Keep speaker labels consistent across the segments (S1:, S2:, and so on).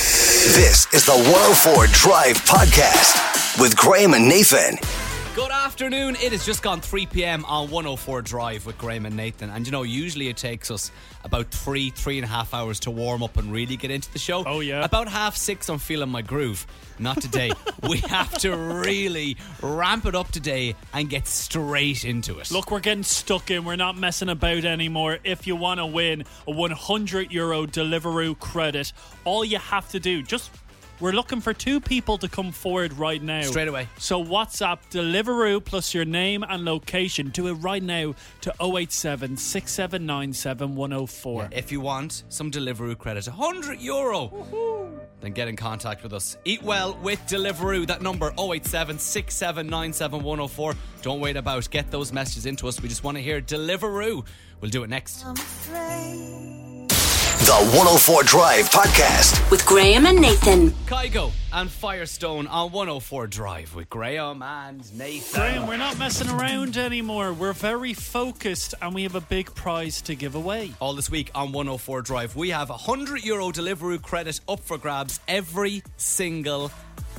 S1: This is the 104 Drive Podcast with Graham and Nathan.
S2: Good afternoon. It has just gone 3 p.m. on 104 Drive with Graham and Nathan. And you know, usually it takes us about three, three and a half hours to warm up and really get into the show.
S3: Oh, yeah.
S2: About half six, I'm feeling my groove. Not today. we have to really ramp it up today and get straight into it.
S3: Look, we're getting stuck in. We're not messing about anymore. If you want to win a 100 euro Deliveroo credit, all you have to do just we're looking for two people to come forward right now.
S2: Straight away.
S3: So WhatsApp Deliveroo plus your name and location. Do it right now to 087 679 7104.
S2: If you want some Deliveroo credit, 100 euro, then get in contact with us. Eat well with Deliveroo. That number 087 6797104. Don't wait about. Get those messages into us. We just want to hear Deliveroo. We'll do it next.
S1: The 104 Drive Podcast.
S4: with Graham and Nathan.
S2: Kygo and Firestone on 104 Drive with Graham and Nathan.
S3: Graham, we're not messing around anymore. We're very focused and we have a big prize to give away.
S2: All this week on 104 Drive, we have a 100 euro Deliveroo credit up for grabs every single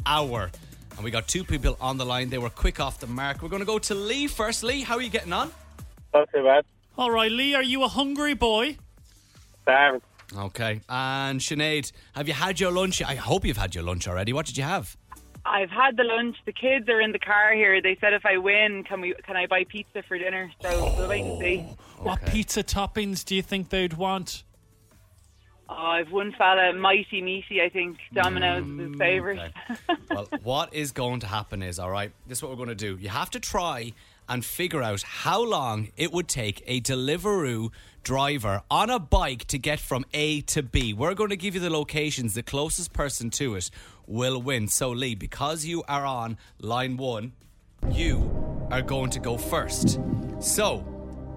S2: hour. And we got two people on the line. They were quick off the mark. We're going to go to Lee first. Lee, how are you getting on?
S5: Not too bad.
S3: All right, Lee, are you a hungry boy?
S5: Damn.
S2: Okay. And Sinead, have you had your lunch? I hope you've had your lunch already. What did you have?
S6: I've had the lunch. The kids are in the car here. They said if I win, can we can I buy pizza for dinner? So we'll wait and see.
S3: What pizza toppings do you think they'd want?
S6: Oh, I've one fella, Mighty Meaty, I think. Domino's is
S3: Mm,
S6: his favourite.
S2: well, what is going to happen is, all right, this is what we're going to do. You have to try and figure out how long it would take a Deliveroo driver on a bike to get from A to B. We're going to give you the locations. The closest person to it will win. So, Lee, because you are on line one, you are going to go first. So,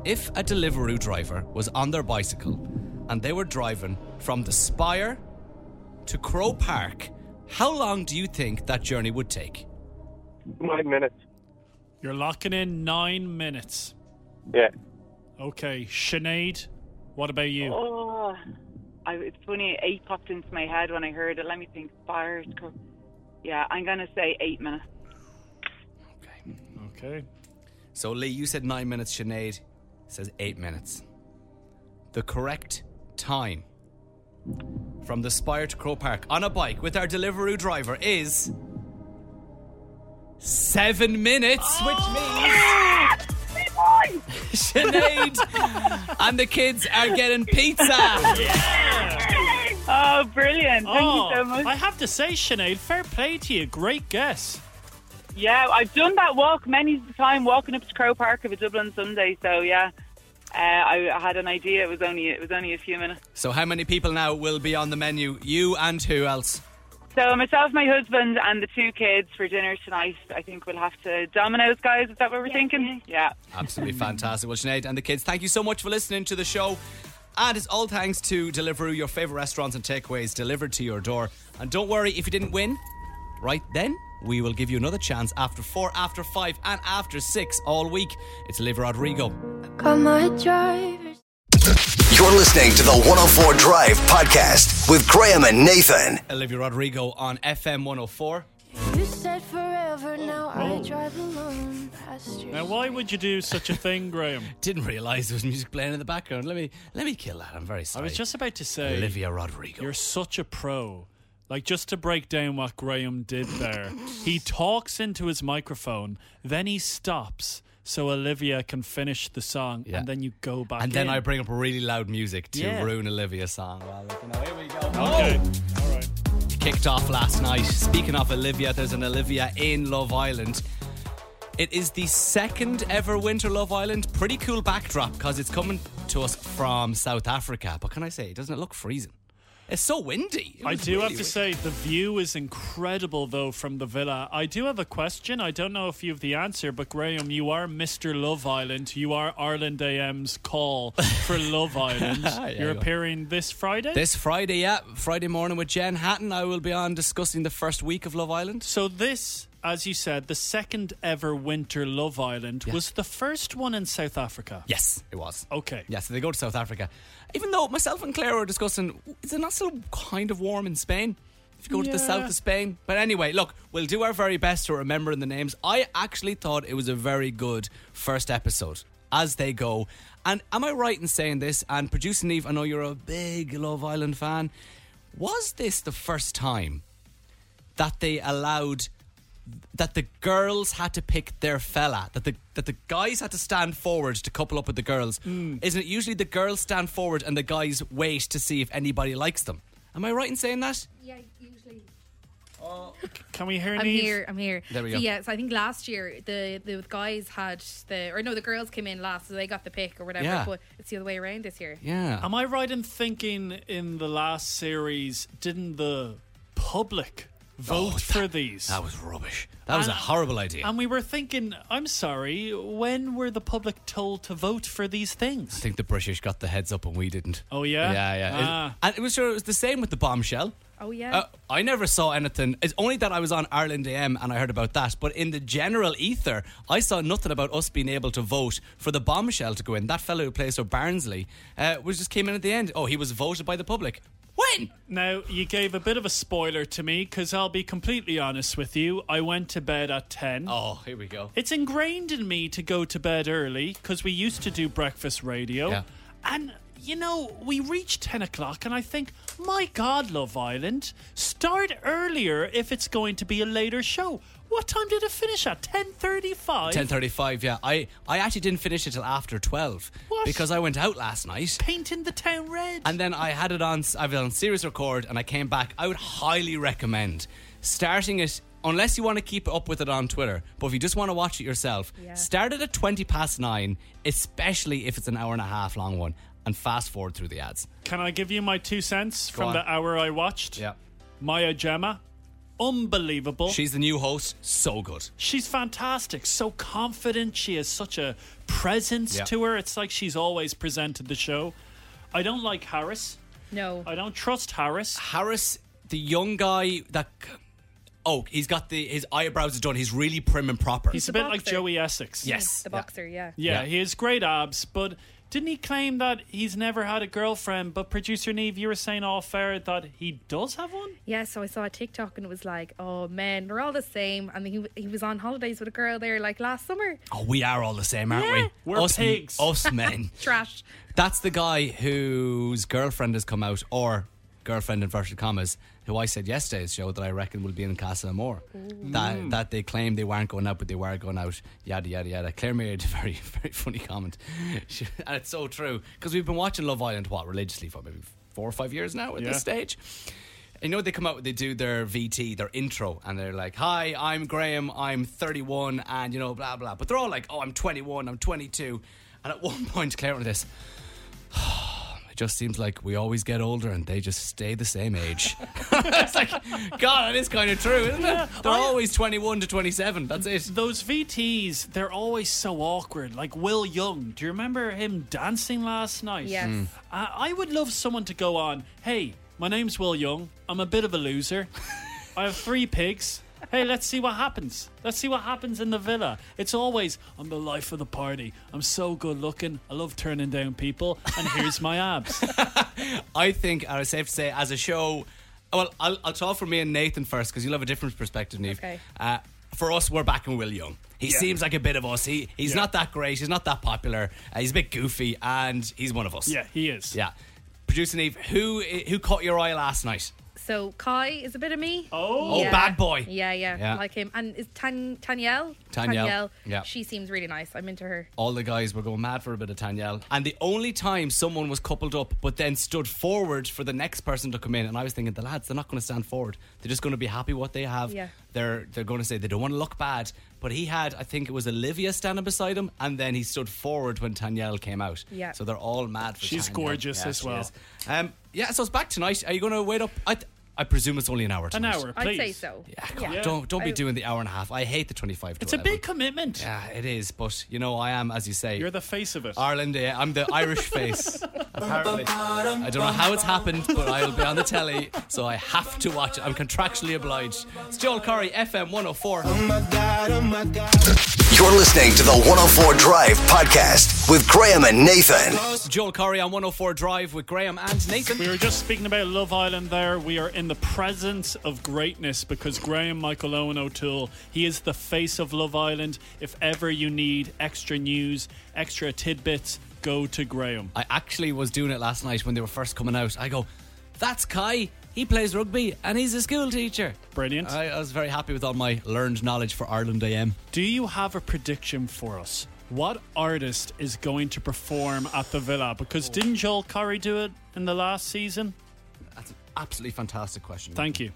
S2: if a Deliveroo driver was on their bicycle and they were driving from the Spire to Crow Park, how long do you think that journey would take?
S5: Nine minutes.
S3: You're locking in nine minutes.
S5: Yeah.
S3: Okay, Sinead, what about you?
S6: Oh, I, it's funny. Eight popped into my head when I heard it. Let me think. Fires. co- Yeah, I'm gonna say eight minutes.
S2: Okay.
S3: Okay.
S2: So Lee, you said nine minutes. Sinead says eight minutes. The correct time from the Spire to Crow Park on a bike with our Deliveroo driver is seven minutes, which means Sinead and the kids are getting pizza.
S6: Oh, brilliant! Thank
S3: oh,
S6: you so much.
S3: I have to say, Sinead, fair play to you. Great guess.
S6: yeah, I've done that walk many a time, walking up to Crow Park of a Dublin Sunday. So yeah, uh, I, I had an idea. It was only it was only a few minutes.
S2: so how many people now will be on the menu? You and who else?
S6: So myself, my husband, and the two kids for dinner tonight. I think we'll have to Domino's, guys. Is that what we're thinking? Yeah.
S2: Absolutely fantastic. Well, Sinead and the kids, thank you so much for listening to the show. And it's all thanks to Deliveroo, your favourite restaurants and takeaways delivered to your door. And don't worry if you didn't win, right then, we will give you another chance after four, after five, and after six all week. It's Liver Rodrigo.
S7: Got my driver's
S1: You're listening to the 104 Drive Podcast with Graham and Nathan.
S2: Olivia Rodrigo on FM 104.
S7: You said forever, now I drive alone past your
S3: Oh. Now, why would you do such a thing, Graham?
S2: Didn't realise there was music playing in the background. Let me let me kill that. I'm very
S3: I
S2: sorry.
S3: was just about to say,
S2: Olivia Rodrigo.
S3: you're such a pro. Like, just to break down what Graham did there, he talks into his microphone, then he stops so Olivia can finish the song,
S2: Yeah.
S3: and then you go back
S2: and then
S3: in.
S2: I bring up really loud music to
S3: Yeah.
S2: ruin Olivia's song. Well, you know, here we go. Oh!
S3: Okay. All right.
S2: kicked off last night. Speaking of Olivia, there's an Olivia in Love Island. It is the second ever Winter Love Island. Pretty cool backdrop because it's coming to us from South Africa. But can I say, doesn't it look freezing? It's so windy. It
S3: I
S2: was
S3: do
S2: really
S3: have to
S2: windy.
S3: say the view is incredible though from the villa. I do have a question. I don't know if you have the answer, but Graham, you are Mr. Love Island. You are Ireland AM's call for Love Island. You're
S2: you are.
S3: appearing this Friday.
S2: This Friday, yeah, Friday morning with Jen Hatton, I will be on discussing the first week of Love Island.
S3: so this, as you said, the second ever Winter Love Island
S2: Yeah.
S3: was the first one in South Africa.
S2: Yes, it was.
S3: Okay.
S2: Yeah, so they go to South Africa. Even though myself and Claire were discussing, is it not still kind of warm in Spain? if you go to the
S3: Yeah.
S2: south of Spain. But anyway, look, we'll do our very best to remembering the names. I actually thought it was a very good first episode as they go. And am I right in saying this? And producer Neve, I know you're a big Love Island fan. Was this the first time that they allowed that the girls had to pick their fella, that the that the guys had to stand forward to couple up with the girls.
S3: Hmm.
S2: Isn't it usually the girls stand forward and the guys wait to see if anybody likes them? Am I right in saying that?
S4: Yeah, usually.
S3: Can we hear
S4: I'm
S3: Niamh?
S4: here. I'm here.
S2: There we
S4: So
S2: go.
S4: yeah, so I think last year the the guys had the or no, the girls came in last, so they got the pick or whatever.
S2: Yeah.
S4: But it's the other way around this year.
S2: Yeah.
S3: Am I right in thinking in the last series, didn't the public vote for these?
S2: Oh, that was rubbish. That was a horrible idea.
S3: and we were thinking, I'm sorry, when were the public told to vote for these
S2: I
S3: things?
S2: think the British got the heads up and we didn't.
S3: Oh, yeah?
S2: Yeah, yeah. It-
S3: Ah.
S2: and it was sure it was the same with the bombshell.
S4: Oh yeah.
S2: Uh, I never saw anything. It's only that I was on Ireland AM and I heard about that. But in the general ether, I saw nothing about us being able to vote for the bombshell to go in. That fellow who plays for Barnsley uh, was just came in at the end. Oh, he was voted by the public. When?
S3: Now, you gave a bit of a spoiler to me because I'll be completely honest with you. I went to bed at 10.
S2: Oh, here we go.
S3: It's ingrained in me to go to bed early because we used to do breakfast radio.
S2: Yeah.
S3: And, you know, we reach 10 o'clock and I think, my God, Love Island, start earlier if it's going to be a later show. What time did it finish at? 10.35?
S2: Ten thirty-five. Yeah, I I actually didn't finish it till after twelve
S3: What?
S2: because I went out last night.
S3: Painting the town red.
S2: And then I had it on. I was on serious record, and I came back. I would highly recommend starting it unless you want to keep up with it on Twitter. But if you just want to watch it yourself,
S4: Yeah.
S2: start it at twenty past nine, especially if it's an hour and a half long one, and fast forward through the ads.
S3: Can I give you my two cents from
S2: on.
S3: the hour I watched? Maya Gemma, unbelievable.
S2: she's the new host. So good.
S3: She's fantastic, so confident. She has such a presence
S2: Yeah.
S3: to her. It's like she's always presented the show. I don't like Harris.
S4: no.
S2: Oh,
S3: I don't trust Harris.
S2: Harris, the young guy that. Oh, he's got the his eyebrows are done. He's really prim and proper.
S3: He's a
S4: The
S3: bit like
S4: boxer.
S3: Joey Essex.
S2: yes,
S4: the boxer. Yeah.
S3: Yeah,
S2: Yeah.
S3: he has great abs, but didn't he claim that he's never had a girlfriend? But producer Neve, you were saying off air that he does have one?
S4: Yeah, so I saw a TikTok and it was like, oh man, they're all the same. And he, he was on holidays with a girl there like last summer.
S2: Oh, we are all the same, aren't
S4: Yeah.
S2: we?
S3: We're
S2: us,
S3: pigs.
S2: Us men.
S4: Trash.
S2: That's the guy whose girlfriend has come out, or girlfriend inverted commas, who I said yesterday's show that I reckon will be in Castle Amore. That that they claimed they weren't going out, but they were going out. Yada yada yada. Claire made a very very funny comment, She- and it's so true because we've been watching Love Island what religiously for maybe four or five years now at
S3: Yeah.
S2: this stage. You know they come out, they do their VT, their intro, and they're like, "Hi, I'm Graham. I'm 31, and you know, blah blah." But they're all like, "Oh, I'm 21. I'm 22." And at one point, Claire went this. It just seems like we always get older and they just stay the same age. it's like, God, that is kind of true, isn't it? They're always 21 to 27. That's it.
S3: Those VTs, they're always so awkward. Like Will Young, do you remember him dancing last night?
S4: Yes. Mm.
S3: Uh, I would love someone to go on, hey, my name's Will Young. I'm a bit of a loser. I have three pigs. Hey, let's see what happens. Let's see what happens in the villa. It's always, I'm the life of the party. I'm so good looking. I love turning down people. And here's my abs.
S2: I think, and it's safe to say, as a show, well, I'll, I'll talk for me and Nathan first because you'll have a different perspective, Neve.
S4: Okay.
S2: Uh, for us, we're backing Will Young. He seems like a bit of us. He he's not that great. He's not that popular. Uh, he's a bit goofy, and he's one of us.
S3: yeah, he is.
S2: yeah. Producer Neve, who who caught your eye last night?
S4: So Kai is a bit of me.
S3: Oh.
S2: Oh, bad boy.
S4: Yeah, yeah,
S2: Yeah.
S4: like him. And is Tan Tanyelle?
S2: Tanyelle, yeah.
S4: She seems really nice. I'm into her.
S2: all the guys were going mad for a bit of Tanyelle. And the only time someone was coupled up but then stood forward for the next person to come in, and I was thinking, the lads, they're not going to stand forward. They're just going to be happy what they have.
S4: Yeah.
S2: They're they're going to say they don't want to look bad. But he had, I think it was Olivia standing beside him, and then he stood forward when Tanyelle came out.
S4: Yeah.
S2: So they're all mad for
S3: She's
S2: Tanyelle.
S3: gorgeous
S2: Yeah,
S3: as
S2: she
S3: well.
S2: is. Um, yeah, so it's back tonight. Are you going to wait up? I, th- I presume it's only an hour.
S3: An
S2: tonight.
S3: hour, please.
S4: I'd say so.
S2: Yeah, come on,
S3: Yeah.
S2: Don't don't be
S4: I-
S2: doing the hour and a half. I hate the twenty five.
S3: It's a big commitment.
S2: Ah, Yeah, it is. But you know, I am as you say.
S3: You're the face of it.
S2: Ireland, yeah, I'm the Irish face. Apparently, I don't know how it's happened, but I'll be on the telly, so I have to watch it. I'm contractually obliged. It's Joel Corey, FM 104.
S1: You're listening to the 104 Drive Podcast with Graham and Nathan.
S2: Joel Corey on 104 Drive with Graham and Nathan.
S3: We were just speaking about Love Island there. We are in the presence of greatness because Graham Michael Owen O'Toole, he is the face of Love Island. If ever you need extra news, extra tidbits, go to Graham.
S2: I actually was doing it last night when they were first coming out. I go, that's Kai. He plays rugby and he's a school teacher.
S3: Brilliant.
S2: I, I was very happy with all my learned knowledge for Ireland AM.
S3: Do you have a prediction for us? What artist is going to perform at the Villa? Because
S2: Oh.
S3: didn't Joel Curry do it in the last season?
S2: That's an absolutely fantastic question.
S3: Thank you.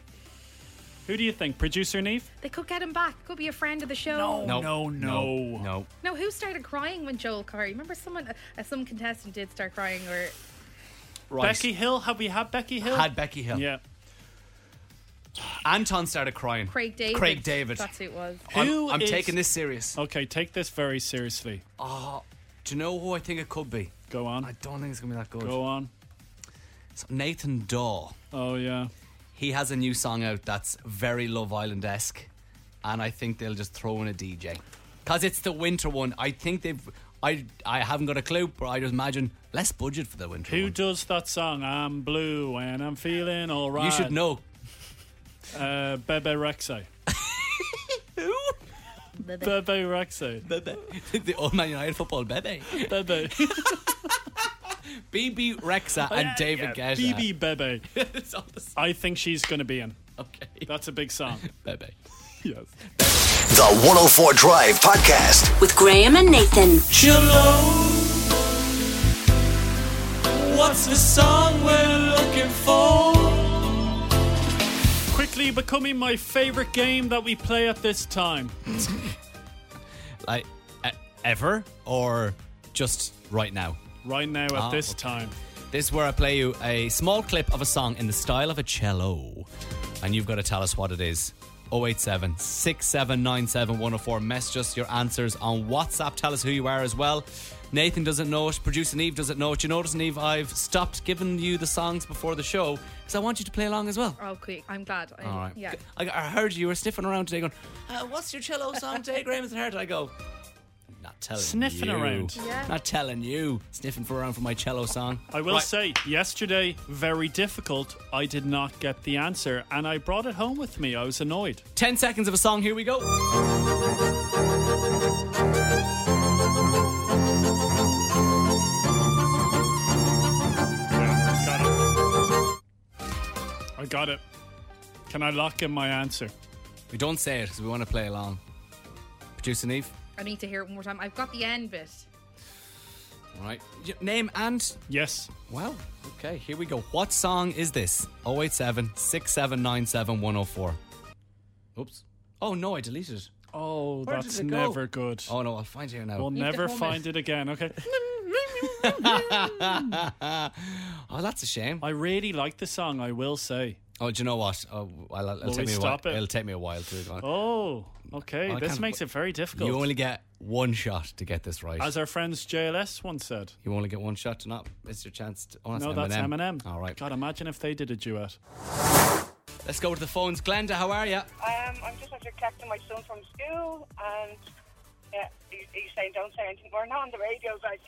S3: Who do you think? Producer Neve?
S4: They could get him back. Could be a friend of the show. No.
S2: No,
S3: No, no.
S2: no, no.
S4: No, who started crying when Joel Corey? Remember someone, uh, some contestant did start crying or
S2: Right.
S3: Becky Hill? Have we had Becky Hill?
S2: had Becky Hill.
S3: Yeah.
S2: Anton started crying.
S4: Craig David.
S2: Craig David.
S4: That's who it was.
S2: I'm,
S3: Who
S2: I'm
S3: is- Oh.
S2: taking this serious.
S3: Okay, take this very seriously.
S2: Do you know who I think it could be?
S3: Go
S2: I
S3: on.
S2: don't think it's gonna be that good.
S3: Go on.
S2: It's Nathan Daw.
S3: Oh, yeah.
S2: He has a new song out that's very Love Island esque, and I think they'll just throw in a DJ because it's the winter one. I think they've. I I haven't got a clue, but I just imagine less budget for the winter
S3: Who
S2: one.
S3: does that song? I'm blue and I'm feeling all right.
S2: you should know.
S3: Uh, Bebe Rexay. Bebe Rexay.
S2: Bebe. the old Man United football Bebe.
S3: Bebe.
S2: BB Rexa
S3: Oh,
S2: and David Guetta.
S3: BB Bebe.
S2: it's all the same.
S3: I think she's going to be in.
S2: Okay.
S3: That's a big song.
S2: Bebe.
S3: yes.
S1: The 104 Drive Podcast.
S8: With Graham and Nathan.
S2: What's the song we're looking for?
S3: Quickly becoming my favorite game that we play at this time.
S2: Like, e- ever or just right now?
S3: Right now, at
S2: Ah,
S3: this
S2: okay.
S3: time.
S2: This is where I play you a small clip of a song in the style of a cello. And you've got to tell us what it is. 087 6797 104. Message us your answers on WhatsApp. Tell us who you are as well. Nathan doesn't know it. Producer Neve doesn't know it. You notice, Neve, I've stopped giving you the songs before the show because I want you to play along as well.
S4: Oh, quick. I'm glad. I,
S2: All right.
S4: Yeah.
S2: I, I heard you were sniffing around today going, uh, What's your cello song today, Graham? And I heard I go, Not telling
S3: Sniffing
S2: you.
S3: around.
S4: Yeah.
S2: Not telling you. Sniffing for around for my cello song.
S3: I will
S2: Right.
S3: say, yesterday, very difficult. I did not get the answer and I brought it home with me. I was annoyed.
S2: 10 seconds of a song. Here we go.
S3: I got it. Can I lock in my answer?
S2: We don't say it because we want to play along. Producer Neve.
S4: I need to hear it one more time. I've got the end bit.
S2: All right. Y- Name and.
S3: Yes.
S2: Well, okay, here we go. What song is this? 087 6797 104. Oops. Oh, no, I deleted it.
S3: Oh,
S2: Where
S3: that's
S2: did it go?
S3: never good.
S2: Oh, no, I'll find it eh? here now.
S3: We'll
S4: have to
S3: never
S4: hum it.
S3: find it again, okay?
S2: oh, that's a shame.
S3: I really like the song, I will say.
S2: Oh, do you know what? Oh, well, it'll,
S3: Will
S2: take
S3: we
S2: me a while.
S3: stop it?
S2: It'll take me a while to go on.
S3: Oh, okay.
S2: Well, I
S3: this
S2: can't-
S3: makes it very difficult.
S2: You only get one shot to get this right.
S3: As our friends JLS once said.
S2: you only get one shot to not miss your chance. To, oh, that's
S3: no,
S2: Eminem.
S3: that's Eminem.
S2: All right.
S3: God, imagine if they did a duet.
S2: Let's go to the phones. Glenda, how are you?
S9: Um, I'm just after collecting my son from school, and yeah, he, he's saying, "Don't say anything." We're not on the radio, like,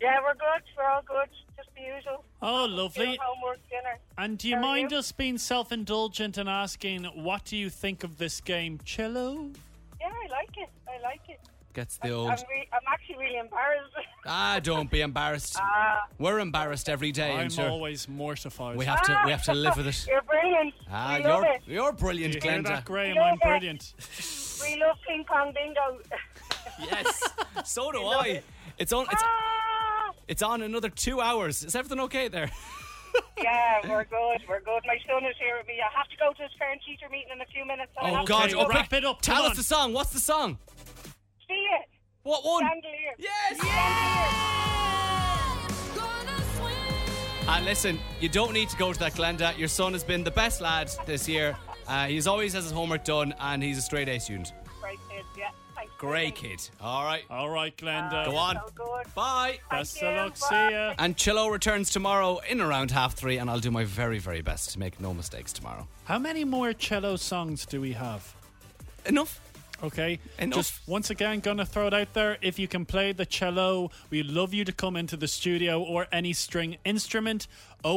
S9: yeah, we're good, we're all good, just the usual.
S3: Oh,
S9: You
S3: lovely.
S9: know, homework, dinner.
S3: And do you
S9: How are
S3: mind us being self indulgent and asking, what do you think of this game, Cello?
S9: Yeah, I like it. I like it.
S2: Gets the
S9: I'm,
S2: old.
S9: re- I'm actually really embarrassed.
S2: Ah, don't be embarrassed. We're embarrassed every day,
S3: I'm
S2: and sure
S3: always mortified.
S2: we have to we have to live with it.
S9: You're brilliant.
S2: Ah,
S9: we love
S2: you're
S9: it.
S2: you're
S3: Do
S2: brilliant,
S3: you hear
S2: Glenda.
S3: that, Graham?
S9: Yeah.
S3: I'm brilliant.
S9: We love ping pong bingo.
S2: Yes, so do I. It's on it's
S9: ah,
S2: it's on another two hours. Is everything okay there?
S9: yeah, Ah, we're good. We're good. My son is here with me. I have to go to his parent teacher meeting in a few minutes. so I'll
S2: Oh
S9: have to
S2: God!
S3: okay,
S2: Oh,
S3: wrap it up,
S2: Tell
S3: come
S2: us
S3: on.
S2: the song. What's the song?
S9: See you.
S2: What one?
S9: Chandelier.
S2: Yes.
S9: Chandelier.
S2: And listen, you don't need to go to that Glenda. Your son has been the best lad this year. Uh, he's always has his homework done, and he's a straight A student.
S9: Right, kid. Yeah. Thanks.
S2: Great kid. All right.
S3: All right, Glenda.
S2: Go on.
S9: So good.
S2: Bye.
S3: Best
S9: Thank
S3: of
S9: you.
S3: luck. See ya.
S2: And Chillo returns tomorrow in around half three, and I'll do my very, very best to make no mistakes tomorrow.
S3: How many more cello songs do we have?
S2: Enough.
S3: Okay.
S2: Enough.
S3: Just once again, gonna throw it out there. If you can play the cello, we love you to come into the studio or any string instrument.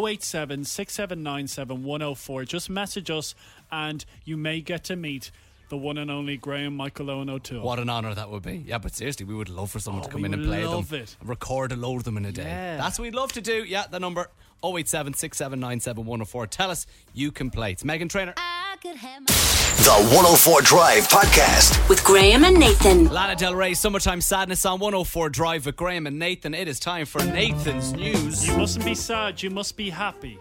S3: 087 6797 104. Just message us and you may get to meet the one and only Graham Michael Owen O'Toole.
S2: What an honor that would be. Yeah, but seriously, we would love for someone
S3: Oh,
S2: to come
S3: we
S2: in and
S3: would
S2: play
S3: love
S2: them.
S3: it.
S2: Record a load of them in a day.
S3: Yeah.
S2: That's what we'd love to do. Yeah, the number 087 6797104. Tell us you can play. It's Megan Trainer.
S1: The 104 Drive Podcast.
S8: With Graham and Nathan.
S2: Lana Del Rey, Summertime Sadness on 104 Drive with Graham and Nathan. It is time for Nathan's News.
S3: You mustn't be sad, you must be happy.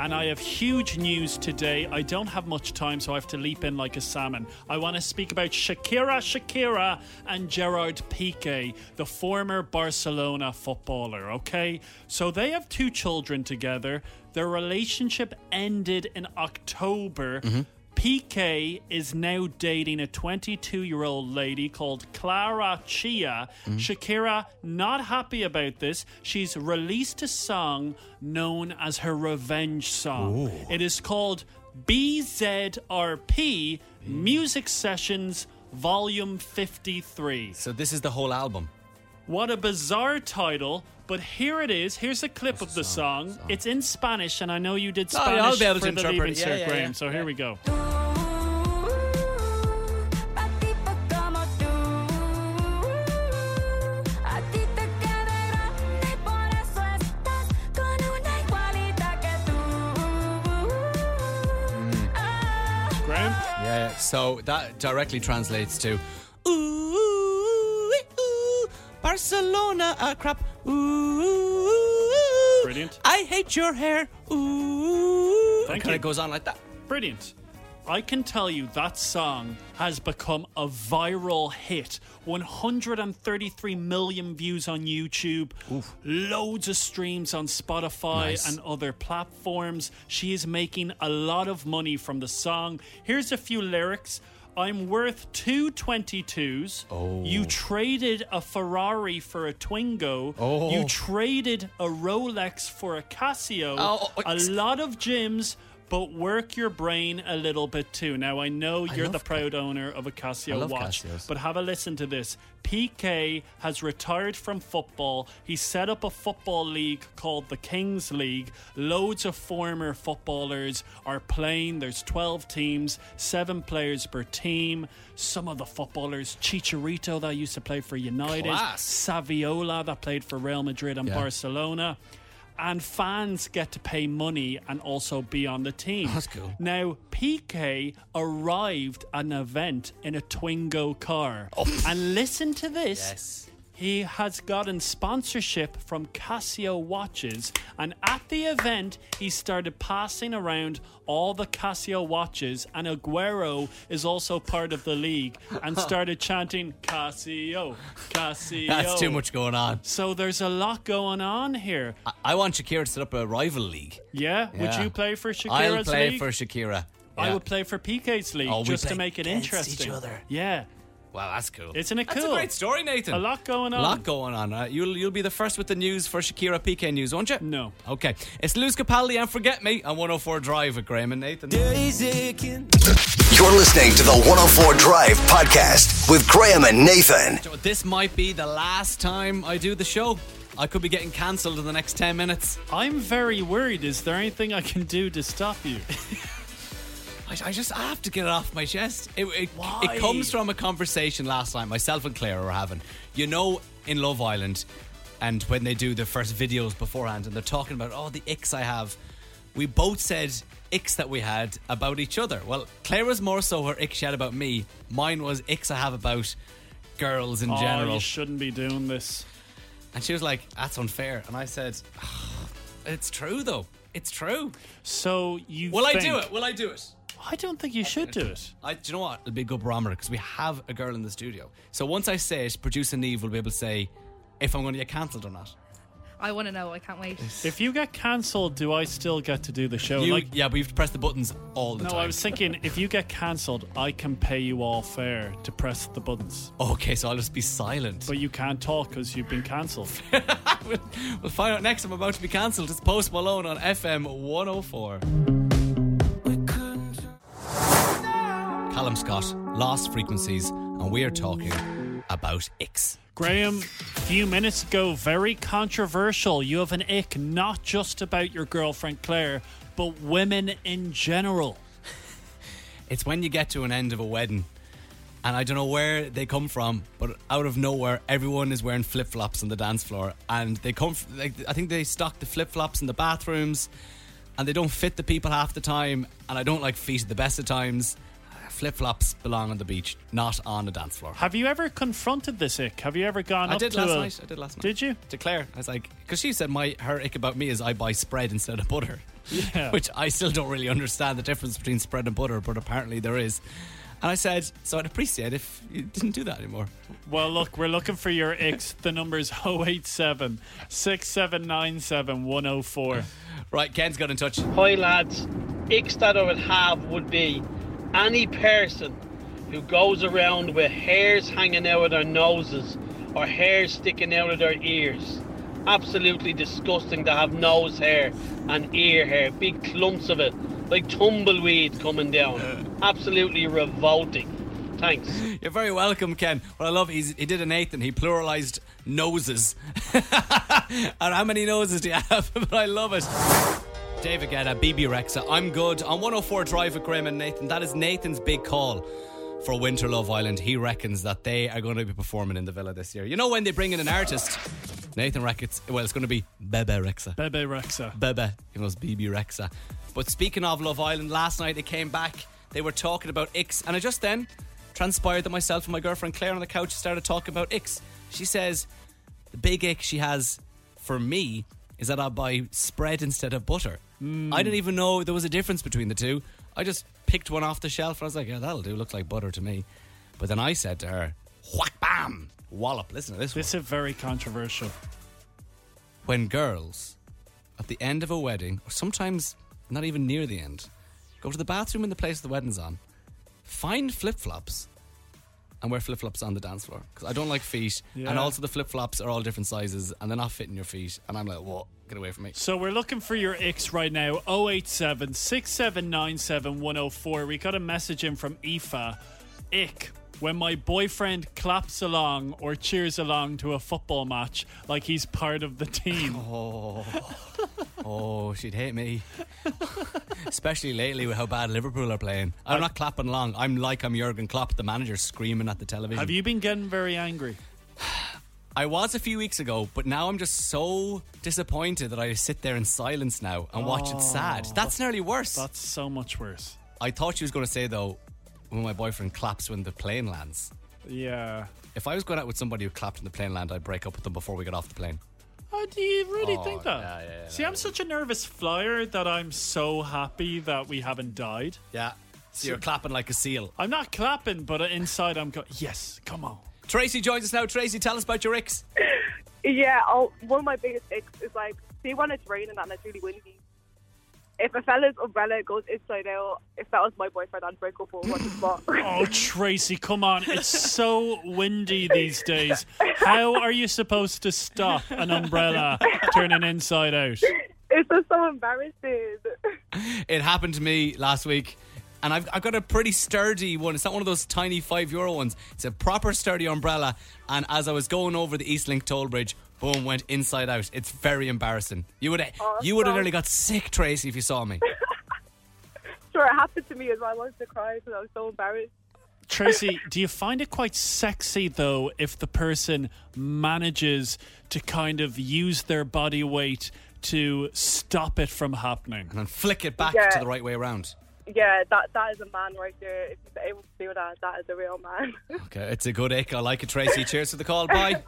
S3: And I have huge news today. I don't have much time, so I have to leap in like a salmon. I want to speak about Shakira Shakira and Gerard Piqué, the former Barcelona footballer, okay? So they have two children together. Their relationship ended in October. Piqué is now dating a 22 year old lady called Clara Chia.
S2: Mm.
S3: Shakira, not happy about this, she's released a song known as her revenge song. It is called BZRP Music Sessions Volume 53.
S2: So, this is the whole album.
S3: What a bizarre title! But here it is. Here's a clip of the song. It's in Spanish, and I know you did
S2: Oh, yeah,
S3: Spanish
S2: I'll be able
S3: for
S2: to
S3: the
S2: interpret
S3: Leaving
S2: it. Yeah,
S3: Cert,
S2: yeah,
S3: Graham.
S2: yeah.
S3: So here we go.
S7: Tú, pa' tipo como tú. A ti te queda grande y por eso estás con una igualita que tú. Ah,
S3: Mm. Graham?
S2: Yeah, yeah. So that directly translates to ooh, ooh Barcelona. Ah, crap. Ooh,
S3: Brilliant.
S2: I hate your hair. Ooh.
S3: Thank
S2: and
S3: you.
S2: It goes on like that.
S3: Brilliant. I can tell you that song has become a viral hit. 133 million views on YouTube, loads of streams on Spotify
S2: Nice.
S3: and other platforms. She is making a lot of money from the song. Here's a few lyrics. I'm worth two 22s. Oh. You traded a Ferrari for a Twingo.
S2: Oh.
S3: You traded a Rolex for a Casio.
S2: Oh, oh,
S3: a
S2: oh.
S3: lot of gyms, but work your brain a little bit too. Now, I know you're
S2: love
S3: the
S2: Ca-
S3: proud owner of a
S2: I
S3: Casio
S2: love
S3: watch,
S2: Casios.
S3: but have a listen to this. PK has retired from football. He set up a football league called the Kings League. Loads of former footballers are playing. There's 12 teams, seven players per team. Some of the footballers, Chicharito, that used to play for United,
S2: Class.
S3: Saviola, that played for Real Madrid and
S2: Yeah.
S3: Barcelona and fans get to pay money and also be on the team.
S2: That's cool.
S3: Now, PK arrived at an event in a Twingo car. And listen to this.
S2: Oh. Yes.
S3: He has gotten sponsorship from Casio watches, and at the event, he started passing around all the Casio watches. And Aguero is also part of the league and started chanting Casio, Casio.
S2: That's too much going on.
S3: So there's a lot going on here.
S2: I, I want Shakira to set up a rival league.
S3: Yeah. Would
S2: Yeah.
S3: you play for Shakira's
S2: I'll play
S3: league?
S2: for Shakira.
S3: I
S2: Yeah.
S3: would play for PK's league
S2: Oh, we
S3: just to
S2: play
S3: make it
S2: against
S3: interesting.
S2: each other.
S3: Yeah.
S2: Wow, that's cool.
S3: Isn't it
S2: That's
S3: cool?
S2: a great story, Nathan.
S3: A lot going on.
S2: A lot going on. Uh, you'll you'll be the first with the news for Shakira PK news, won't you?
S3: No.
S2: Okay. It's Luz Capaldi and Forget Me on 104 Drive with Graham and Nathan.
S1: You're listening to the 104 Drive Podcast with Graham and Nathan.
S2: So This might be the last time I do the show. I could be getting cancelled in the next 10 minutes.
S3: I'm very worried. Is there anything I can do to stop you?
S2: I, I just I have to get it off my chest. It, it,
S3: Why?
S2: it comes from a conversation last night myself and Claire were having. You know, in Love Island, and when they do their first videos beforehand, and they're talking about, oh, the icks I have. We both said icks that we had about each other. Well, Claire was more so her ick she had about me. Mine was icks I have about girls in
S3: Oh,
S2: general.
S3: you shouldn't be doing this.
S2: And she was like, that's unfair. And I said, "Ah, it's true, though. It's true.
S3: So you.
S2: Will I do
S3: think-
S2: it? Will I do it?
S3: I don't think you should do it.
S2: I, do you know what? It'll be a good barometer because we have a girl in the studio. So once I say it, producer Neve will be able to say if I'm going to get cancelled or not.
S4: I want to know. I can't wait.
S3: If you get cancelled, do I still get to do the show?
S2: You,
S3: like,
S2: yeah, but you have to press the buttons all the
S3: no,
S2: time.
S3: I was thinking if you get cancelled, I can pay you all fair to press the buttons,
S2: okay, so I'll just be silent.
S3: but you can't talk because you've been cancelled.
S2: We'll find out next. I'm about to be cancelled. It's Post Malone on FM 104. Callum Scott, Lost Frequencies, and we are talking about icks.
S3: Graham, a few minutes ago, very controversial. You have an ick not just about your girlfriend Claire, but women in general.
S2: It's when you get to an end of a wedding, and I don't know where they come from, but out of nowhere, everyone is wearing flip flops on the dance floor, and they come. f like, I think they stock the flip flops in the bathrooms, and they don't fit the people half the time. And I don't like feet at the best of times. Flip flops belong on the beach, not on a dance floor.
S3: Have you ever confronted this ick? Have you ever gone
S2: I
S3: up
S2: did
S3: to
S2: last
S3: a-
S2: night. I did last night.
S3: Did you?
S2: To Claire, I was like, because she said my her ick about me is I buy spread instead of butter,
S3: Yeah.
S2: which I still don't really understand the difference between spread and butter, but apparently there is. And I said, so I'd appreciate if you didn't do that anymore.
S3: Well, look, we're looking for your icks. The number's 087 6797 104.
S2: Right, Ken's got in touch.
S8: Hi lads, icks that I would have would be any person who goes around with hairs hanging out of their noses or hairs sticking out of their ears. Absolutely disgusting to have nose hair and ear hair, big clumps of it, like tumbleweed coming down. Absolutely revolting. Thanks.
S2: You're very welcome, Ken. What I love is he did an eighth and he pluralized noses. and how many noses do you have? but I love it. David Guetta, BB Rexa, I'm good. On 104 Drive with Graham and Nathan, that is Nathan's big call for Winter Love Island. He reckons that they are going to be performing in the villa this year. You know when they bring in an artist? Nathan reckons, well, it's going to be Bebe Rexa.
S3: Bebe Rexa.
S2: Bebe, it was BB Rexa. But speaking of Love Island, last night they came back. They were talking about icks, and I just then transpired that myself and my girlfriend Claire on the couch started talking about icks. She says the big ick she has for me is that I buy spread instead of butter. I didn't even know there was a difference between the two. I just picked one off the shelf, and I was like, "Yeah, that'll do. Looks like butter to me." But then I said to her, "Whack bam, wallop." Listen to this. one
S3: This is very controversial.
S2: when girls at the end of a wedding, or sometimes not even near the end, go to the bathroom in the place the wedding's on, find flip flops, and wear flip flops on the dance floor. Because I don't like feet, and
S3: Yeah.
S2: also the flip flops are all different sizes, and they're not fitting your feet. And I'm like, what? Get away from me.
S3: So we're looking for your icks right now. 087 6797 104. We got a message in from Aoife. Ick. When my boyfriend claps along or cheers along to a football match like he's part of the team.
S2: Oh, she'd hate me. Especially lately with how bad Liverpool are playing. I'm not clapping along. I'm like I'm Jurgen Klopp, the manager screaming at the television.
S3: Have you been getting very angry?
S2: I was a few weeks ago, but now I'm just so disappointed that I sit there in silence now and watch it sad. That's nearly worse.
S3: That's so much worse.
S2: I thought she was going to say, though, when my boyfriend claps when the plane lands.
S3: Yeah.
S2: If I was going out with somebody who clapped when the plane landed, I'd break up with them before we got off the plane.
S3: Oh, do you really
S2: Oh,
S3: think that?
S2: yeah, yeah, yeah,
S3: See, I'm such a nervous flyer that I'm so happy that we haven't died.
S2: Yeah. So you're clapping like a seal.
S3: I'm not clapping, but inside I'm going, yes, come on.
S2: Tracy joins us now. Tracy, tell us about your icks.
S9: Yeah, I'll, one of my biggest icks is like, see when it's raining and it's really windy. If a fella's umbrella goes inside out, if that was my boyfriend, I'd break up with him on the spot.
S3: Oh, Tracy, come on. It's so windy these days. How are you supposed to stop an umbrella turning inside out?
S9: it's just so embarrassing.
S2: It happened to me last week. And I've, I've got a pretty sturdy one. It's not one of those tiny five euro ones. It's a proper sturdy umbrella. And as I was going over the Eastlink toll bridge, boom, went inside out. It's very embarrassing. You would have you would have
S9: Awesome.
S2: nearly got sick, Tracy, if you saw me.
S9: Sure, it happened to me as well. I wanted to cry because I was so embarrassed.
S3: Tracy, do you find it quite sexy though if the person manages to kind of use their body weight to stop it from happening?
S2: and then flick it back
S9: Yeah.
S2: to the right way around.
S9: Yeah, that that is a man right there. If he's able to do that, that is a real man.
S2: Okay, it's a good ick. I like it, Tracy. Cheers for the call. Bye.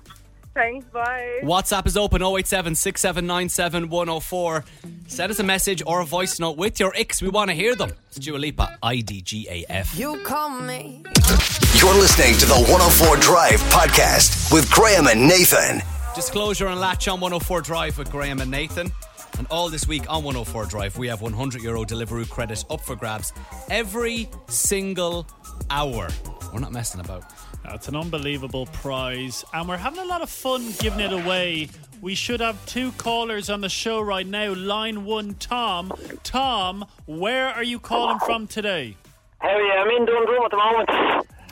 S9: Thanks, bye.
S2: WhatsApp is open 087 6797 104. Send us a message or a voice note with your icks. We want to hear them. It's Dua Lipa, IDGAF.
S7: You call me.
S1: oh You're listening to the 104 Drive Podcast with Graham and Nathan.
S2: Disclosure and Latch on 104 Drive with Graham and Nathan. And all this week on 104 Drive, we have 100 euro Deliveroo credit up for grabs every single hour. We're not messing about.
S3: That's an unbelievable prize, and we're having a lot of fun giving it away. We should have two callers on the show right now. Line one, Tom. Tom, where are you calling from today?
S5: Hell yeah, I'm in Dundrum at the moment.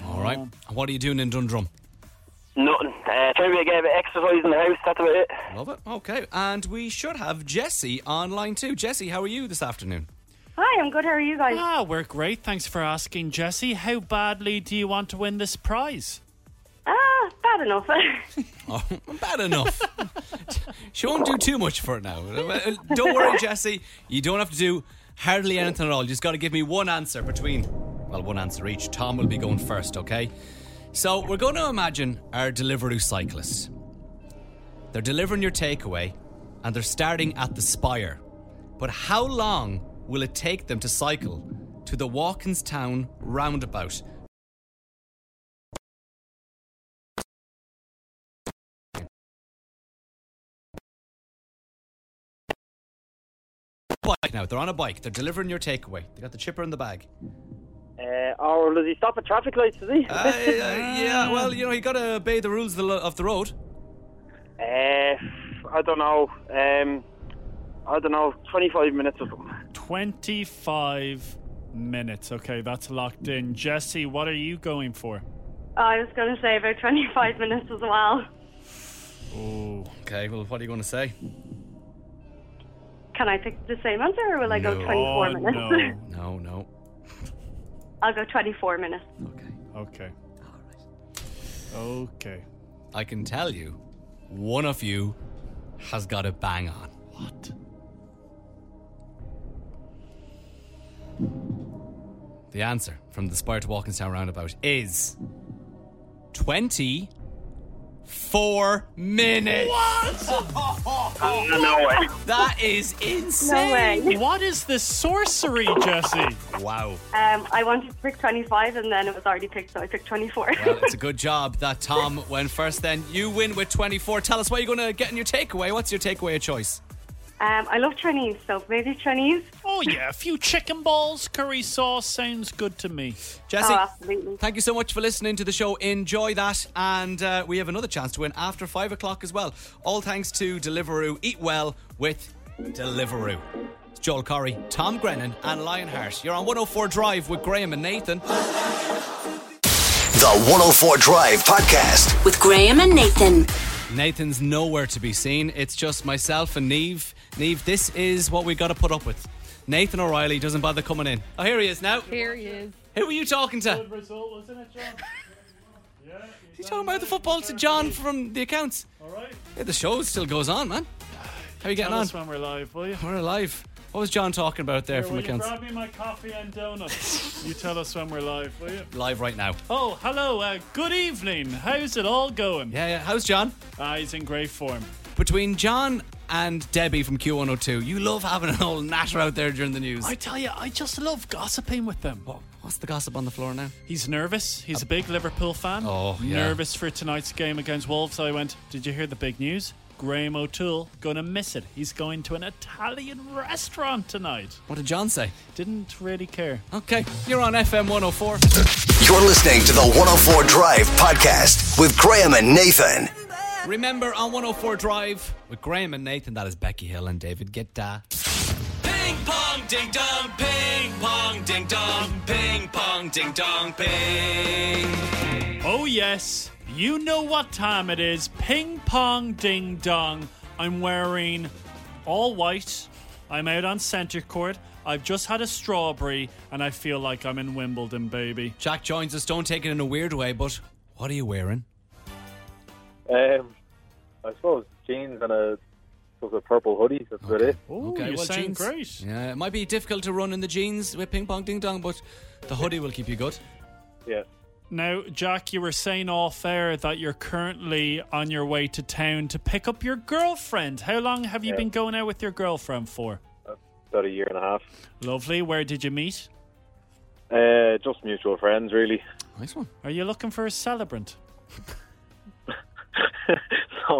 S2: All right. What are you doing in Dundrum?
S5: Nothing. Uh, trying to get a bit of exercise in the house, that's about it.
S2: Love it. Okay. And we should have Jesse on line two. Jesse, how are you this afternoon?
S9: Hi, I'm good. How are you guys?
S3: Ah, we're great. Thanks for asking, Jesse. How badly do you want to win this prize?
S9: Ah, bad enough.
S2: Oh, bad enough. she won't do too much for it now. uh, Don't worry, Jesse. You don't have to do hardly anything at all. You just got to give me one answer between, well, one answer each. Tom will be going first, okay? So we're going to imagine our Deliveroo cyclists. They're delivering your takeaway and they're starting at the Spire. But how long will it take them to cycle to the Walkinstown roundabout? Bike now. They're on a bike. They're delivering your takeaway. They got the chipper in the bag.
S5: Uh, or does he stop at traffic lights, does he?
S2: Uh, uh, yeah, well, you know, you got to obey the rules of the, lo- of the road.
S5: Uh, I don't know. Um, I don't know, 25 minutes or something.
S3: 25 minutes. Okay, that's locked in. Jesse, what are you going for?
S9: I was going to say about 25 minutes as well.
S3: Oh,
S2: Okay, well, what are you going to say?
S9: Can I pick the same answer or will I
S2: No.
S9: go 24
S3: Oh,
S9: minutes?
S3: no.
S2: No, no.
S9: I'll go 24 minutes.
S2: Okay.
S3: Okay. Okay.
S2: I can tell you, one of you has got a bang on.
S3: What?
S2: The answer from the Spire to Walkinstown roundabout is 24 minutes.
S5: no way.
S2: That is insane.
S9: way.
S3: What is this sorcery, Jesse?
S2: Wow.
S9: Um, I wanted to pick 25 and then it was already picked, so I picked 24.
S2: Well, it's a good job that Tom went first then. You win with 24. Tell us what you're going to get in your takeaway. What's your takeaway of choice?
S9: um, I love Chinese, so maybe Chinese.
S3: Oh yeah, a few chicken balls, curry sauce sounds good to me.
S2: Jesse,
S9: Oh,
S4: Ah.
S9: absolutely.
S2: thank you so much for listening to the show. Enjoy that. And uh, we have another chance to win after five o'clock as well. All thanks to Deliveroo. Eat well with Deliveroo. It's Joel Corry, Tom Grennan, and Lionheart. You're on 104 Drive with Graham and Nathan.
S1: The 104 Drive Podcast.
S10: With Graham and Nathan.
S2: Nathan's nowhere to be seen. It's just myself and Neve. Neve, this is what we got to put up with. Nathan O'Reilly doesn't bother coming in. Oh, here he is now.
S4: Here he is.
S2: Who were you talking to?
S3: result, wasn't it, John? yeah.
S2: You talking about the football to John from the accounts?
S3: All right.
S2: Yeah, the show still goes on, man. How are you getting
S3: Tell
S2: on?
S3: us when we're live, will you?
S2: We're alive. What was John talking about there from
S3: Will you
S2: accounts?
S3: grab me my coffee and donuts? you tell us when we're live, will you?
S2: Live right now.
S3: Oh, hello. Uh, good evening. How's it all going?
S2: Yeah, yeah. How's John?
S3: Ah, he's in great form.
S2: Between John and Debbie from Q102, you love having an old natter out there during the news.
S3: I tell you, I just love gossiping with them.
S2: What- What's the gossip on the floor now?
S3: He's nervous. He's a big Liverpool fan.
S2: Oh, yeah.
S3: Nervous for tonight's game against Wolves. I went, Did you hear the big news? Graham O'Toole gonna miss it. He's going to an Italian restaurant tonight.
S2: What did John say?
S3: Didn't really care.
S2: Okay, you're on FM 104.
S1: You're listening to the 104 Drive Podcast with Graham and Nathan.
S2: Remember on 104 Drive with Graham and Nathan, that is Becky Hill and David Guetta. Ping pong ding dong, ping pong ding dong, ping pong ding dong, ping.
S3: Oh, yes. You know what time it is. Ping pong ding dong. I'm wearing all white. I'm out on centre court. I've just had a strawberry and I feel like I'm in Wimbledon, baby.
S2: Jack joins us, don't take it in a weird way, but what are you wearing?
S5: Um, I suppose jeans and a sort of purple hoodie, that's about it.
S3: Oh, you
S2: well,
S3: sound
S2: jeans.
S3: great.
S2: Yeah, it might be difficult to run in the jeans with ping pong ding dong, but the hoodie will keep you good.
S5: Yeah.
S3: Now, Jack, you were saying off air that you're currently on your way to town to pick up your girlfriend. How long have you
S5: Yeah.
S3: been going out with your girlfriend for?
S5: About a year and a half.
S3: Lovely. Where did you meet?
S5: Uh, just mutual friends, really.
S2: Nice one.
S3: Are you looking for a celebrant?
S10: so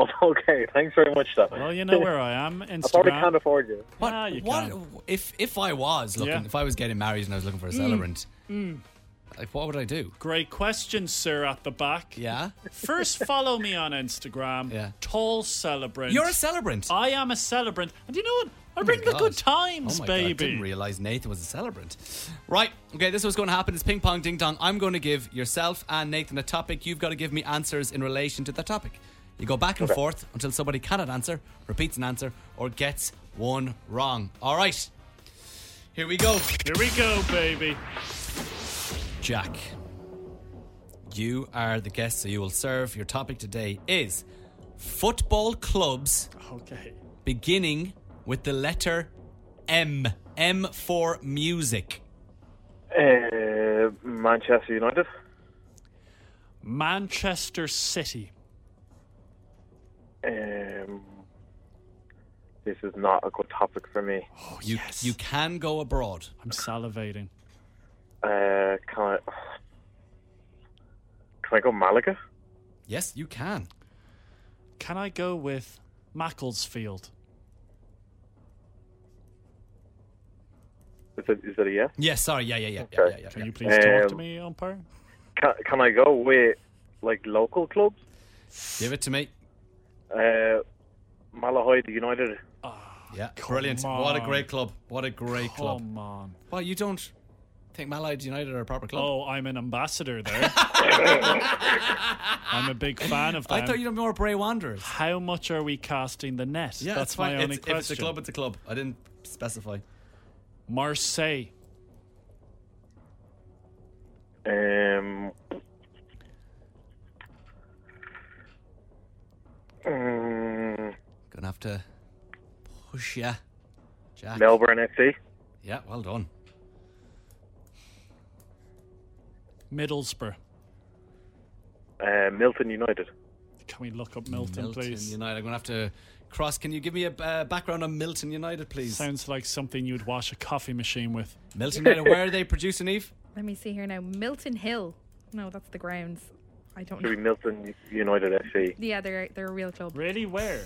S10: I'm okay. Thanks very much, though.
S3: Well, you know where I am.
S10: I probably
S3: Instagram.
S10: can't afford you.
S2: What?
S3: Ah, you
S2: what?
S3: can.
S2: If if I was looking,
S3: Yeah. Mm.
S2: if I was getting married and I was looking for a celebrant, like what would I do?
S3: Great question, sir, at the back.
S2: Yeah,
S3: First, follow me on Instagram.
S2: Yeah.
S3: Tall celebrant.
S2: you're a celebrant.
S3: I am a celebrant. And you know what? I
S2: Oh my
S3: bring the
S2: God.
S3: good
S2: oh
S3: times,
S2: my God, I
S3: baby.
S2: didn't realize Nathan was a celebrant. Right. Okay, this is what's going to happen. It's ping pong ding dong. I'm going to give yourself and Nathan a topic. You've got to give me answers in relation to that topic. You go back and forth until somebody cannot answer, repeats an answer, or gets one wrong. All right. Here we go.
S3: Here we go, baby.
S2: Jack, you are the guest, so you will serve. Your topic today is football clubs
S3: Okay.
S2: beginning with the letter M. M for music.
S10: Uh, Manchester United,
S3: Manchester City.
S10: um, this is not a good topic for me.
S3: Oh,
S2: You,
S3: yes.
S2: you can go abroad.
S3: I'm salivating.
S10: Uh, can I? Can I go Malaga?
S2: Yes, you can.
S3: Can I go with Macclesfield?
S10: Is it, is it a yes?
S2: Yes, sorry. Yeah, yeah, yeah. yeah,
S10: Okay.
S2: yeah, yeah,
S3: Can
S2: yeah.
S3: you please talk to
S10: Um,
S3: me, umpire?
S10: Can, can I go with like local clubs?
S2: Give it to me.
S10: Uh, Malahide United.
S2: Yeah, brilliant. What a great club. What a great club.
S3: Come on.
S2: Well, you don't think Malahide United are a proper club?
S3: Oh, I'm an ambassador there. I'm a big fan of that.
S2: I thought you'd have more Bray Wanderers.
S3: How much are we casting the net?
S2: Yeah,
S3: That's
S2: it's
S3: my
S2: fine.
S3: only
S2: It's-
S3: question.
S2: If it's a club, it's a club. I didn't specify.
S3: Marseille.
S10: Um, mm,
S2: Gonna have to push ya, Jack.
S10: Melbourne FC.
S2: Yeah, well done.
S3: Middlesbrough.
S10: Uh, Milton United.
S3: Can we look up Milton,
S2: Milton
S3: please?
S2: United. I'm gonna have to cross. Can you give me a uh, background on Milton United, please?
S3: Sounds like something you'd wash a coffee machine with.
S2: Milton United. where are they producing Eve?
S4: Let me see here now. Milton Hill. No, that's the grounds. I don't
S10: Should be
S4: know.
S10: Milton United FC.
S4: Yeah, they're they're a real club.
S3: Really? Where?